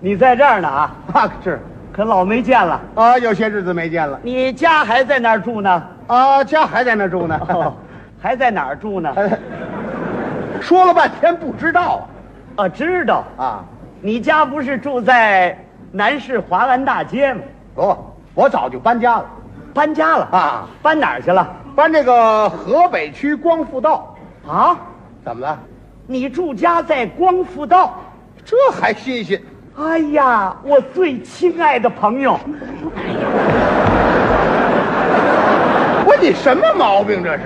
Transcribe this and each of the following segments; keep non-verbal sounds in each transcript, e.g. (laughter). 你在这儿呢啊？啊，是可老没见了。啊，有些日子没见了你家还在那儿住呢？啊，家还在那儿住呢。 (laughs) 哦，还在哪儿住呢？ (laughs) 哎说了半天不知道啊，知道。啊啊！你家不是住在南市华安大街吗？不，我早就搬家了搬家了？啊，搬哪儿去了？搬这个河北区光复道。啊，怎么了？你住家在光复道。这还新鲜？哎呀，我最亲爱的朋友，不是你什么毛病这是？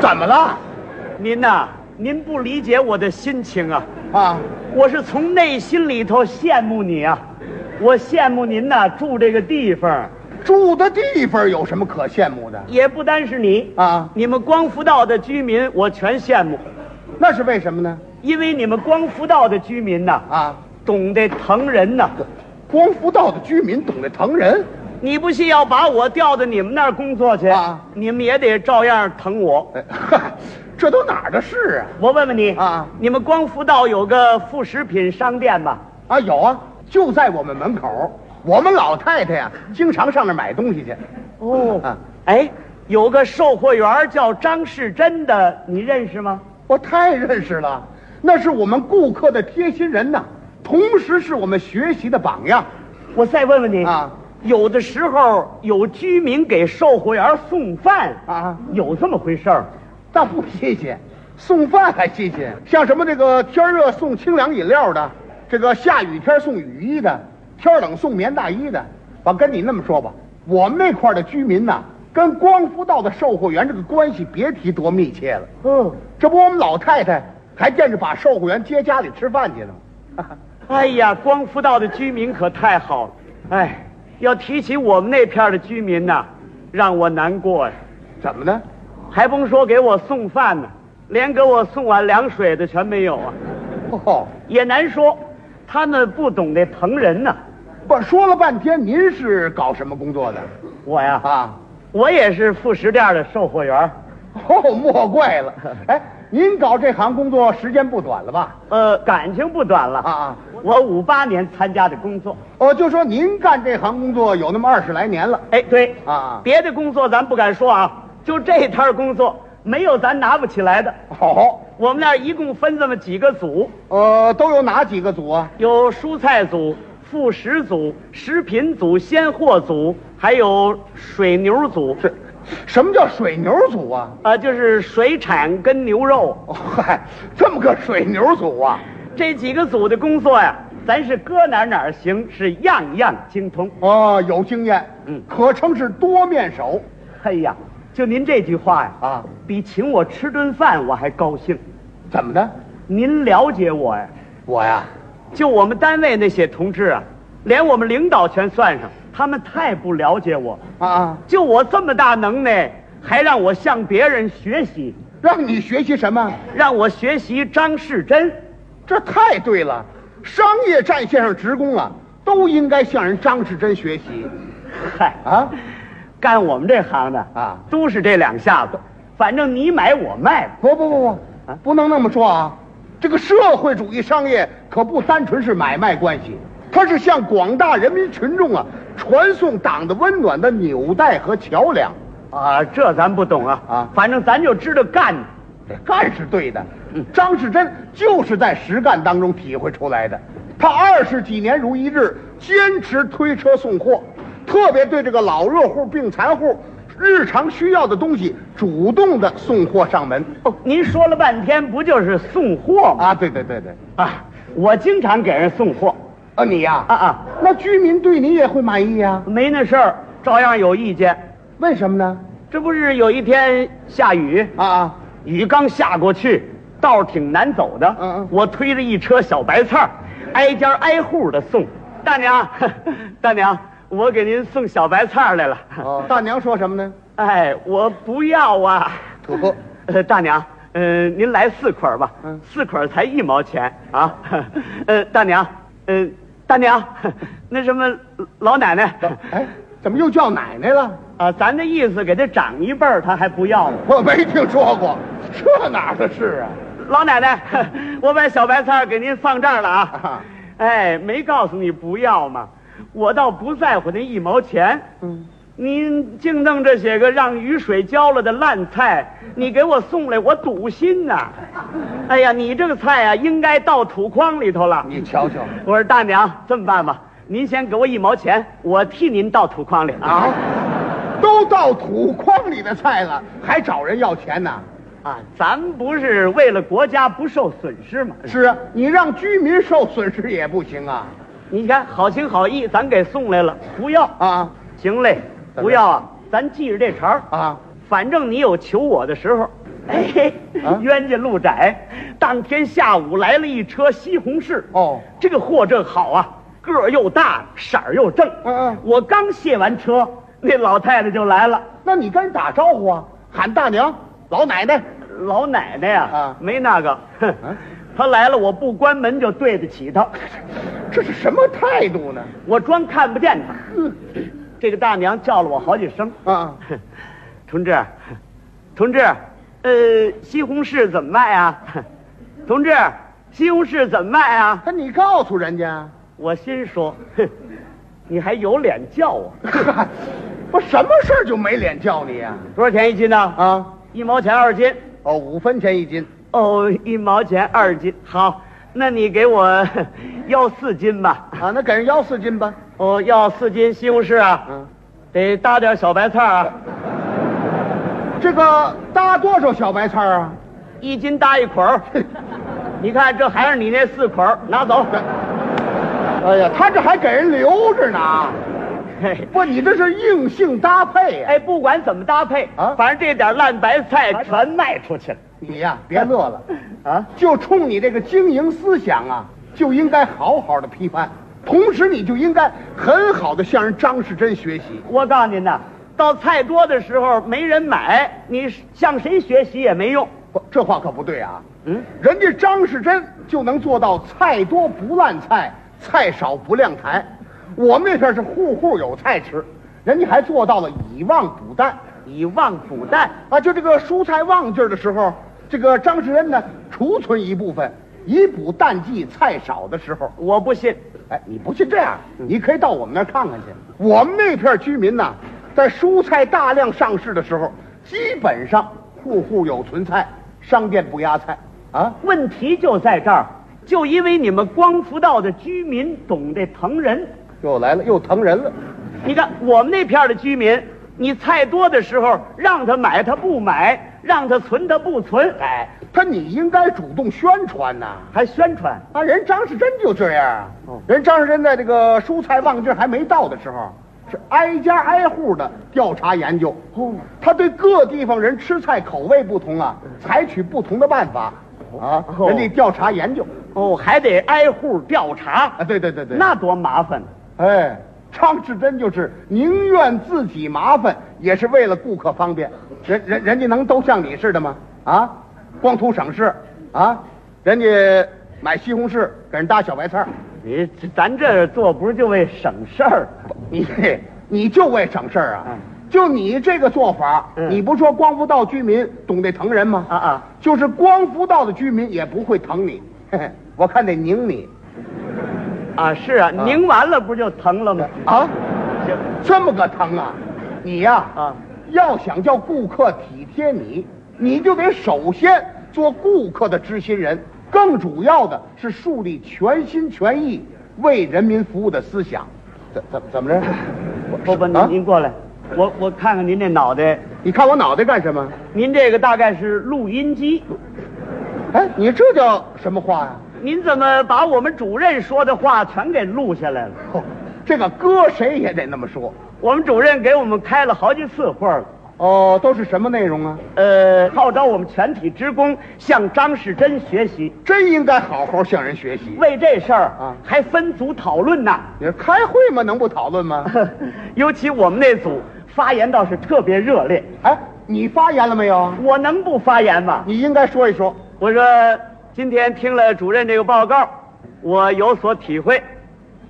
怎么了？您呐、您不理解我的心情啊，啊，我是从内心里头羡慕你啊，我羡慕您呐、住这个地方，住的地方有什么可羡慕的也不单是你啊你们光复道的居民我全羡慕，那是为什么呢？因为你们光复道的居民呐、啊，懂得疼人呐、光复道的居民懂得疼人，你不信要把我调到你们那儿工作去啊你们也得照样疼我。哎 (laughs) 哈这都哪儿的事啊？我问问你啊你们光复道有个副食品商店吧？啊，有啊，就在我们门口。我们老太太呀、经常上那儿买东西去。哦啊哎，有个售货员叫张世珍的，你认识吗？我太认识了，那是我们顾客的贴心人呐，同时是我们学习的榜样。我再问问你啊，有的时候有居民给售货员送饭啊有这么回事儿？那不新鲜，送饭还新鲜。像什么这个天热送清凉饮料的，这个下雨天送雨衣的，天冷送棉大衣的。我跟你那么说吧，我们那块儿的居民呐、跟光复道的售货员这个关系别提多密切了。嗯，这不，我们老太太还惦着把售货员接家里吃饭去呢吗？哎呀，光复道的居民可太好了。哎，要提起我们那片儿的居民呐、让我难过呀、怎么呢？还甭说给我送饭呢、连给我送碗凉水的全没有啊，哦，也难说。他们不懂得疼人呐、不说了半天，您是搞什么工作的我呀，啊？我也是副食店的售货员儿，哦，莫怪了。哎，您搞这行工作时间不短了吧？呃，感情不短了啊啊！我五八年参加的工作，哦，就说您干这行工作有那么二十来年了哎，对啊别的工作咱不敢说啊，就这摊儿工作没有咱拿不起来的。好，我们那儿一共分这么几个组，呃，都有哪几个组啊？有蔬菜组、副食组、食品组、鲜货组，还有水牛组，是，什么叫水牛组啊？啊、就是水产跟牛肉哦，嗨，这么个水牛组啊？这几个组的工作呀，咱是搁哪儿哪儿行，是样样精通。哦，有经验，嗯可称是多面手嘿呀，就您这句话呀，啊？比请我吃顿饭我还高兴。怎么的？您了解我呀？我呀，就我们单位那些同志啊，连我们领导全算上，他们太不了解我。啊，就我这么大能耐，还让我向别人学习，让你学习什么？让我学习张世珍。这太对了，商业战线上职工啊，都应该向人张世珍学习嗨，啊。干我们这行的啊都是这两下子。反正你买我卖吧，不不不不啊，不能那么说啊！这个社会主义商业可不单纯是买卖关系，它是向广大人民群众啊传送党的温暖的纽带和桥梁。啊，这咱不懂啊啊反正咱就知道干。这干是对的，张世珍就是在实干当中体会出来的。他二十几年如一日坚持推车送货，特别对这个老弱户、病残户日常需要的东西主动的送货上门。哦，您说了半天，不就是送货吗？啊，对对对对，啊，我经常给人送货，啊你呀、啊啊，那居民对你也会满意呀、没那事儿，照样有意见。为什么呢？这不是有一天下雨，啊啊， (laughs) 雨刚下过去，道儿挺难走的。嗯嗯我推着一车小白菜儿，挨家挨户的送。大娘， (laughs) 大娘，我给您送小白菜儿来了。哦，大娘说什么呢？哎，我不要啊。土呃，大娘，呃，您来四捆儿吧，嗯四捆儿才一毛钱啊。 (laughs) 呃，大娘，呃，大娘， (laughs) 那什么老奶奶， (laughs) 哎，怎么又叫奶奶了？啊，咱的意思给她长一辈儿，她还不要呢。我没听说过，这哪儿的事啊？ (laughs) 老奶奶，我把小白菜儿给您放这儿了啊啊。哎，没告诉你不要嘛，我倒不在乎那一毛钱。嗯，您净弄这些个让雨水浇了的烂菜，你给我送来，我堵心呐、哎呀，你这个菜啊，应该倒土筐里头了。你瞧瞧我说大娘，这么办吧，您先给我一毛钱，我替您倒土筐里啊。啊，都到土筐里的菜了，还找人要钱呢？啊，咱不是为了国家不受损失吗？是啊，你让居民受损失也不行啊！你看，好心好意，咱给送来了，不要啊行嘞，怎么不要啊，咱记着这茬儿啊，反正你有求我的时候。哎嘿啊，冤家路窄。当天下午来了一车西红柿，哦这个货正好啊，个儿又大，色儿又正。嗯嗯我刚卸完车，那老太太就来了。那你跟人打招呼啊，喊大娘、老奶奶。老奶奶呀、啊没那个，哼啊，她来了，我不关门就对得起她，这是什么态度呢？我装看不见她。嗯这个大娘叫了我好几声，啊， (laughs) 同志，同志，呃，西红柿怎么卖啊？ (laughs) 同志，西红柿怎么卖啊？那你告诉人家， (laughs) 我心说， (laughs) 哼，你还有脸叫我？我什么事儿就没脸叫你呀、多少钱一斤呢？啊？，啊，一毛钱二斤。哦，五分钱一斤，哦，一毛钱二斤。好，那你给我 (laughs) 要四斤吧。啊，那给人要四斤吧。哦，要四斤西红柿啊，嗯，得搭点小白菜啊，这个搭多少小白菜儿啊？一斤搭一捆儿。 (laughs) 你看，这还是你那四捆儿，拿走。哎呀，他这还给人留着呢。嘿不，你这是硬性搭配啊呀、哎，不管怎么搭配啊反正这点烂白菜全卖出去了。你呀、别乐了，啊，就冲你这个经营思想啊，就应该好好的批判，同时你就应该很好的向人张世珍学习。我告诉您呐，到菜多的时候没人买，你向谁学习也没用。不，这话可不对啊！嗯，人家张世珍就能做到菜多不烂菜，菜少不亮台。我们那边是户户有菜吃，人家还做到了以旺补淡以旺补淡，啊！就这个蔬菜旺劲儿的时候，这个张世珍呢储存一部分，以补淡季菜少的时候。我不信。哎，你不信这样，你可以到我们那儿看看去。我们那片居民呐，在蔬菜大量上市的时候，基本上户户有存菜，商店不压菜啊。问题就在这儿，就因为你们光复道的居民懂得疼人。又来了，又疼人了。你看我们那片儿的居民，你菜多的时候让他买他不买，让他存他不存，哎，他你应该主动宣传呐、还宣传。啊！人张世珍就这样啊哦，人张世珍在这个蔬菜旺季还没到的时候，是挨家挨户的调查研究。哦嗯他对各地方人吃菜口味不同啊，采取不同的办法啊，哦人家调查研究哦，还得挨户调查啊。，对对对对，那多麻烦。哎，张世珍就是宁愿自己麻烦，也是为了顾客方便。人人人家能都像你似的吗？啊，光图省事啊，人家买西红柿给人搭小白菜儿，你这咱这做不是就为省事儿？你你就为省事儿啊嗯？就你这个做法，嗯你不说光复道居民懂得疼人吗？啊啊，就是光复道的居民也不会疼你，嘿嘿，我看得拧你啊，是啊，拧完了不就疼了吗？啊，行，这么个疼啊，你呀啊要想叫顾客体贴你，你就得首先做顾客的知心人，更主要的是树立全心全意为人民服务的思想。怎怎怎么着？不不，啊您您过来，我我看看您这脑袋，你看我脑袋干什么？您这个大概是录音机，哎，你这叫什么话呀、您怎么把我们主任说的话全给录下来了？哦，这个搁谁也得那么说。我们主任给我们开了好几次会儿了，哦，都是什么内容啊？呃，号召我们全体职工向张世珍学习。真应该好好向人学习。为这事儿啊还分组讨论呢。 (laughs) 你说开会嘛，能不讨论 (laughs) 吗？尤其我们那组发言倒是特别热烈，哎，你发言了没有？我能不发言吗？你应该说一说。我说今天听了主任这个报告，我有所体会。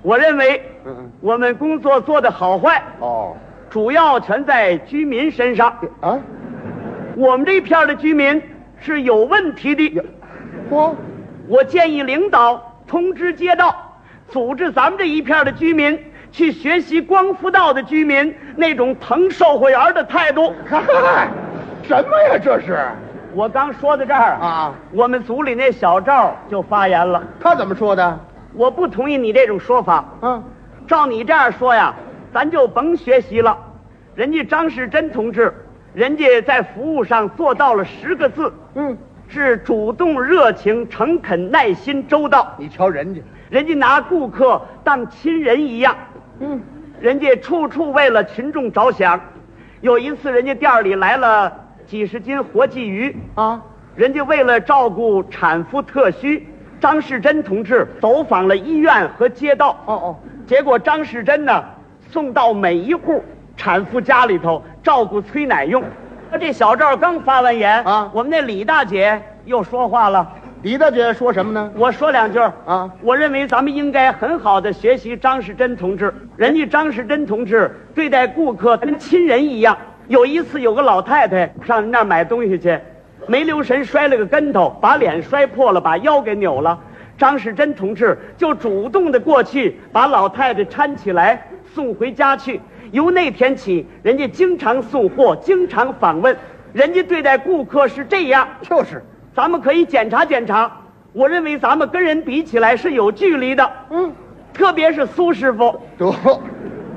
我认为嗯嗯，我们工作做的好坏，哦，主要全在居民身上。啊，我们这片儿的居民是有问题的。嚯，我建议领导通知街道，组织咱们这一片的居民去学习光复道的居民那种疼售货员的态度。嗨，什么呀这是？我刚说到这儿啊，我们组里那小赵就发言了，他怎么说的？我不同意你这种说法。啊，照你这样说呀，咱就甭学习了。人家张世珍同志，人家在服务上做到了十个字，嗯，是主动、热情、诚恳、耐心、周到。你瞧人家，人家拿顾客当亲人一样，嗯，人家处处为了群众着想。有一次，人家店里来了几十斤活鲫鱼，啊，人家为了照顾产妇特需，张世珍同志走访了医院和街道。哦哦，结果张世珍呢送到每一户产妇家里头照顾催奶用。那这小赵刚发完言啊我们那李大姐又说话了。李大姐说什么呢？我说两句啊，我认为咱们应该很好的学习张世珍同志，人家张世珍同志对待顾客跟亲人一样。有一次有个老太太上人那儿买东西去，没留神摔了个跟头，把脸摔破了，把腰给扭了。张世珍同志就主动的过去把老太太搀起来送回家去。由那天起，人家经常送货，经常访问，人家对待顾客是这样。就是，咱们可以检查检查。我认为咱们跟人比起来是有距离的，嗯，特别是苏师傅，得，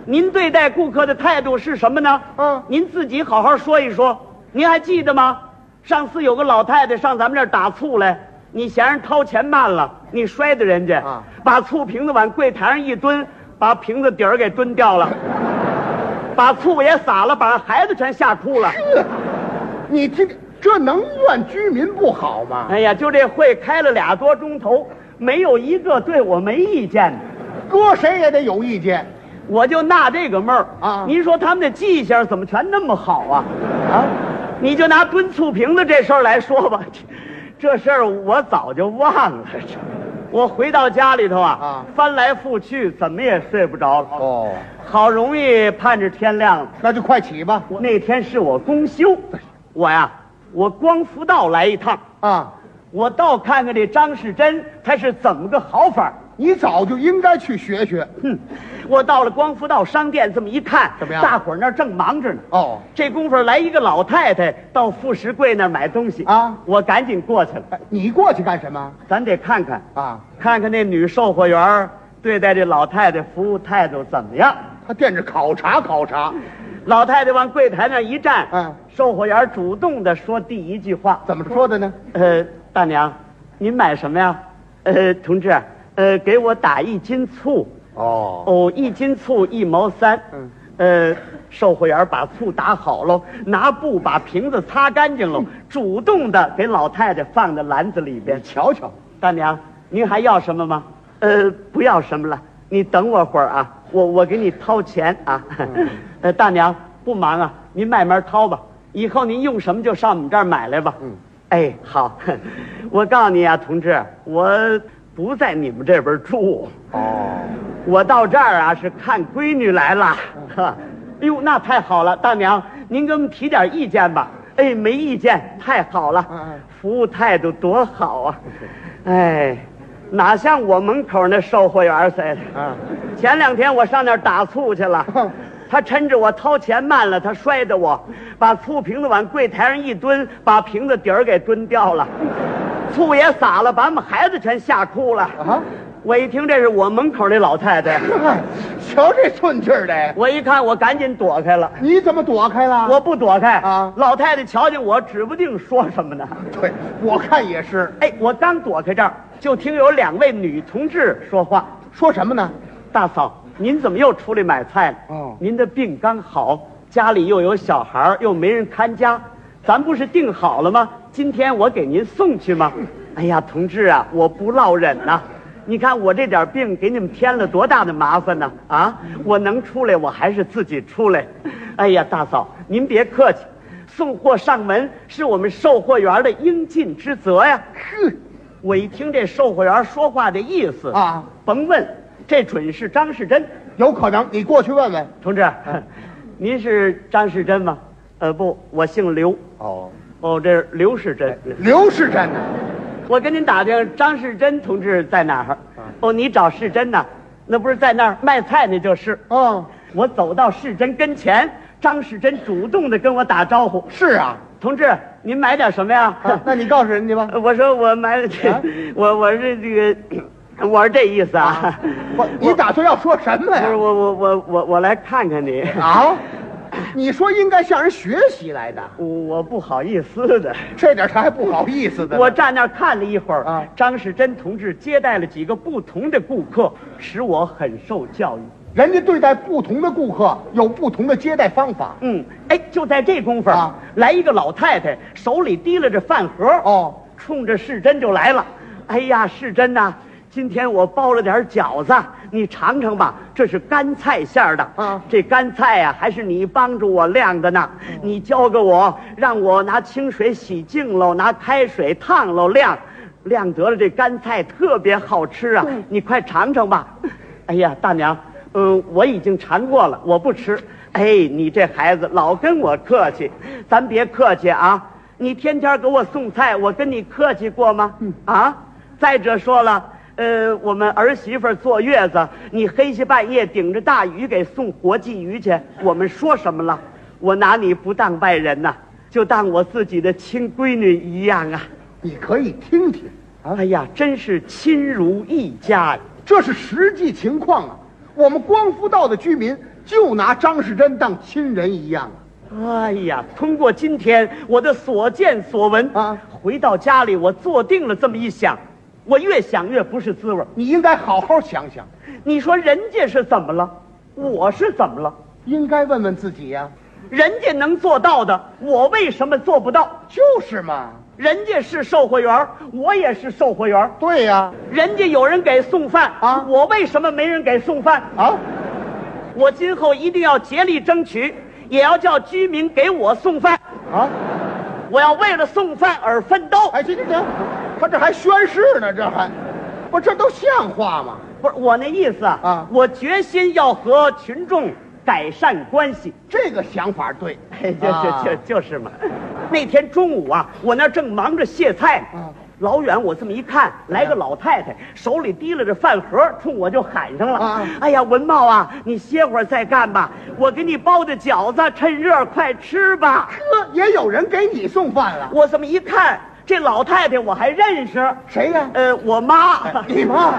您对待顾客的态度是什么呢？嗯您自己好好说一说。您还记得吗？上次有个老太太上咱们这儿打醋来，你嫌人掏钱慢了，你摔的人家，啊把醋瓶子往柜台上一蹲，把瓶子底儿给蹲掉了，把醋也洒了，把孩子全吓哭了。你听，这能怨居民不好吗？哎呀，就这会开了俩多钟头，没有一个对我没意见的，搁谁也得有意见。我就纳这个闷儿啊您说他们的记性怎么全那么好啊？啊，你就拿蹲醋瓶子这事儿来说吧，这这事儿我早就忘了。这我回到家里头啊，啊翻来覆去怎么也睡不着了。哦，好容易盼着天亮了，那就快起吧。我那天是我公休，我呀，我光复道来一趟，啊，我倒看看这张世珍他是怎么个好法儿。你早就应该去学学。哼，我到了光复道商店，这么一看，怎么样大伙儿那儿正忙着呢。哦，这功夫儿来一个老太太到副食柜那儿买东西啊我赶紧过去了。哎你过去干什么？咱得看看，啊，看看那女售货员儿对待这老太太服务态度怎么样。他惦着考察考察，老太太往柜台那儿一站，嗯售货员儿主动的说第一句话怎么说的呢？：“呃，大娘，您买什么呀？呃，同志，呃，给我打一斤醋。”哦，哦，一斤醋一毛三。嗯，呃，售货员把醋打好喽，拿布把瓶子擦干净喽，主动的给老太太放在篮子里边。瞧瞧，大娘，您还要什么吗？呃，不要什么了，你等我会儿啊，我我给你掏钱啊。嗯 (laughs) 呃，大娘不忙啊，您慢慢掏吧，以后您用什么就上我们这儿买来吧。嗯，哎，好， (laughs) 我告诉你啊，同志，我不在你们这边住。哦，我到这儿啊是看闺女来了，嗯哈， (laughs) 哎呦，那太好了，大娘，您给我们提点意见吧。哎，没意见，太好了嗯嗯，服务态度多好 (laughs) 啊！哎，哪像我门口那售货员似的。啊，前两天我上那儿打醋去了哼，他趁着我掏钱慢了，他摔的我，把醋瓶子往柜台上一蹲，把瓶子底儿给蹲掉了，醋也洒了，把我们孩子全吓哭了。啊 (laughs) 我一听这是我门口那老太太。嗨，瞧这寸劲儿的，我一看，我赶紧躲开了。你怎么躲开了？我不躲开啊老太太瞧见我，指不定说什么呢。对，我看也是。哎，我刚躲开这儿，就听有两位女同志说话说什么呢？：“大嫂，您怎么又出来买菜了？哦您的病刚好，家里又有小孩儿又没人看家，咱不是定好了吗？今天我给您送去 (laughs) 吗？”哎呀，同志啊，我不落忍呐、你看我这点病给你们添了多大的麻烦呢！啊，我能出来，我还是自己出来。哎呀，大嫂，您别客气，送货上门是我们售货员的应尽之责呀。哼，我一听这售货员说话的意思啊，甭问，这准是张世珍有可能，你过去问问。同志。 (laughs) 您是张世珍吗？呃，不，我姓刘。哦，哎哦，这是刘世珍。刘世珍呢？啊我跟您打听，张世珍同志在哪儿？哦，你找世珍呐？那不是在那儿卖菜那就是。哦，我走到世珍跟前，张世珍主动的跟我打招呼是 (laughs) 啊，：“同志，您买点什么呀？”啊那你告诉人家吧。 (laughs) 我说我买了这，啊 (laughs) 我我是这个，我是这意思啊。我你打算要说什么不是呀？我我我我我来看看 (laughs) 你，啊，你说应该向人学习来的，我我不好意思的。这点他还不好意思的呢。我站那儿看了一会儿，啊张世珍同志接待了几个不同的顾客，使我很受教育。人家对待不同的顾客有不同的接待方法。嗯，哎，就在这功夫儿啊来一个老太太，手里提了着饭盒，哦，冲着世珍就来了。哎呀，世珍呐、今天我包了点饺子，你尝尝吧，这是干菜馅儿的。啊这干菜呀、还是你帮助我晾的呢。你教给我，让我拿清水洗净喽，拿开水烫喽晾，晾得了这干菜特别好吃啊！你快尝尝吧。哎呀，大娘，嗯，我已经尝过了，我不吃。哎，你这孩子老跟我客气，咱别客气啊！你天天给我送菜，我跟你客气过吗？啊！再者说了。呃，我们儿媳妇儿坐月子，你黑下半夜顶着大雨给送活鲫鱼去，我们说什么了？我拿你不当外人呐、就当我自己的亲闺女一样啊！你可以听听，哎呀，真是亲如一家呀！这是实际情况啊。我们光复道的居民就拿张世珍当亲人一样啊。哎呀，通过今天我的所见所闻啊回到家里我坐定了这么一想，我越想越不是滋味儿。你应该好好想想，你说人家是怎么了？我是怎么了？应该问问自己呀、人家能做到的，我为什么做不到？就是嘛，人家是售货员儿，我也是售货员儿。对呀、人家有人给送饭啊我为什么没人给送饭？啊，我今后一定要竭力争取，也要叫居民给我送饭。啊啊，我要为了送饭而奋斗。哎，行行行，他这还宣誓呢，这还，不这都像话吗？不是我那意思啊，啊我决心要和群众改善关系。这个想法对，哎， (laughs) 就啊就就就是嘛。那天中午啊，我那正忙着卸菜，啊老远我这么一看，来嗯个老太太，手里提了着饭盒，冲我就喊上了：“啊哎呀，文茂啊，你歇会儿再干吧，我给你包的饺子，趁热快吃吧。这也有人给你送饭”了，我这么一看，这老太太我还认识，谁呀、呃，我妈。哎你妈。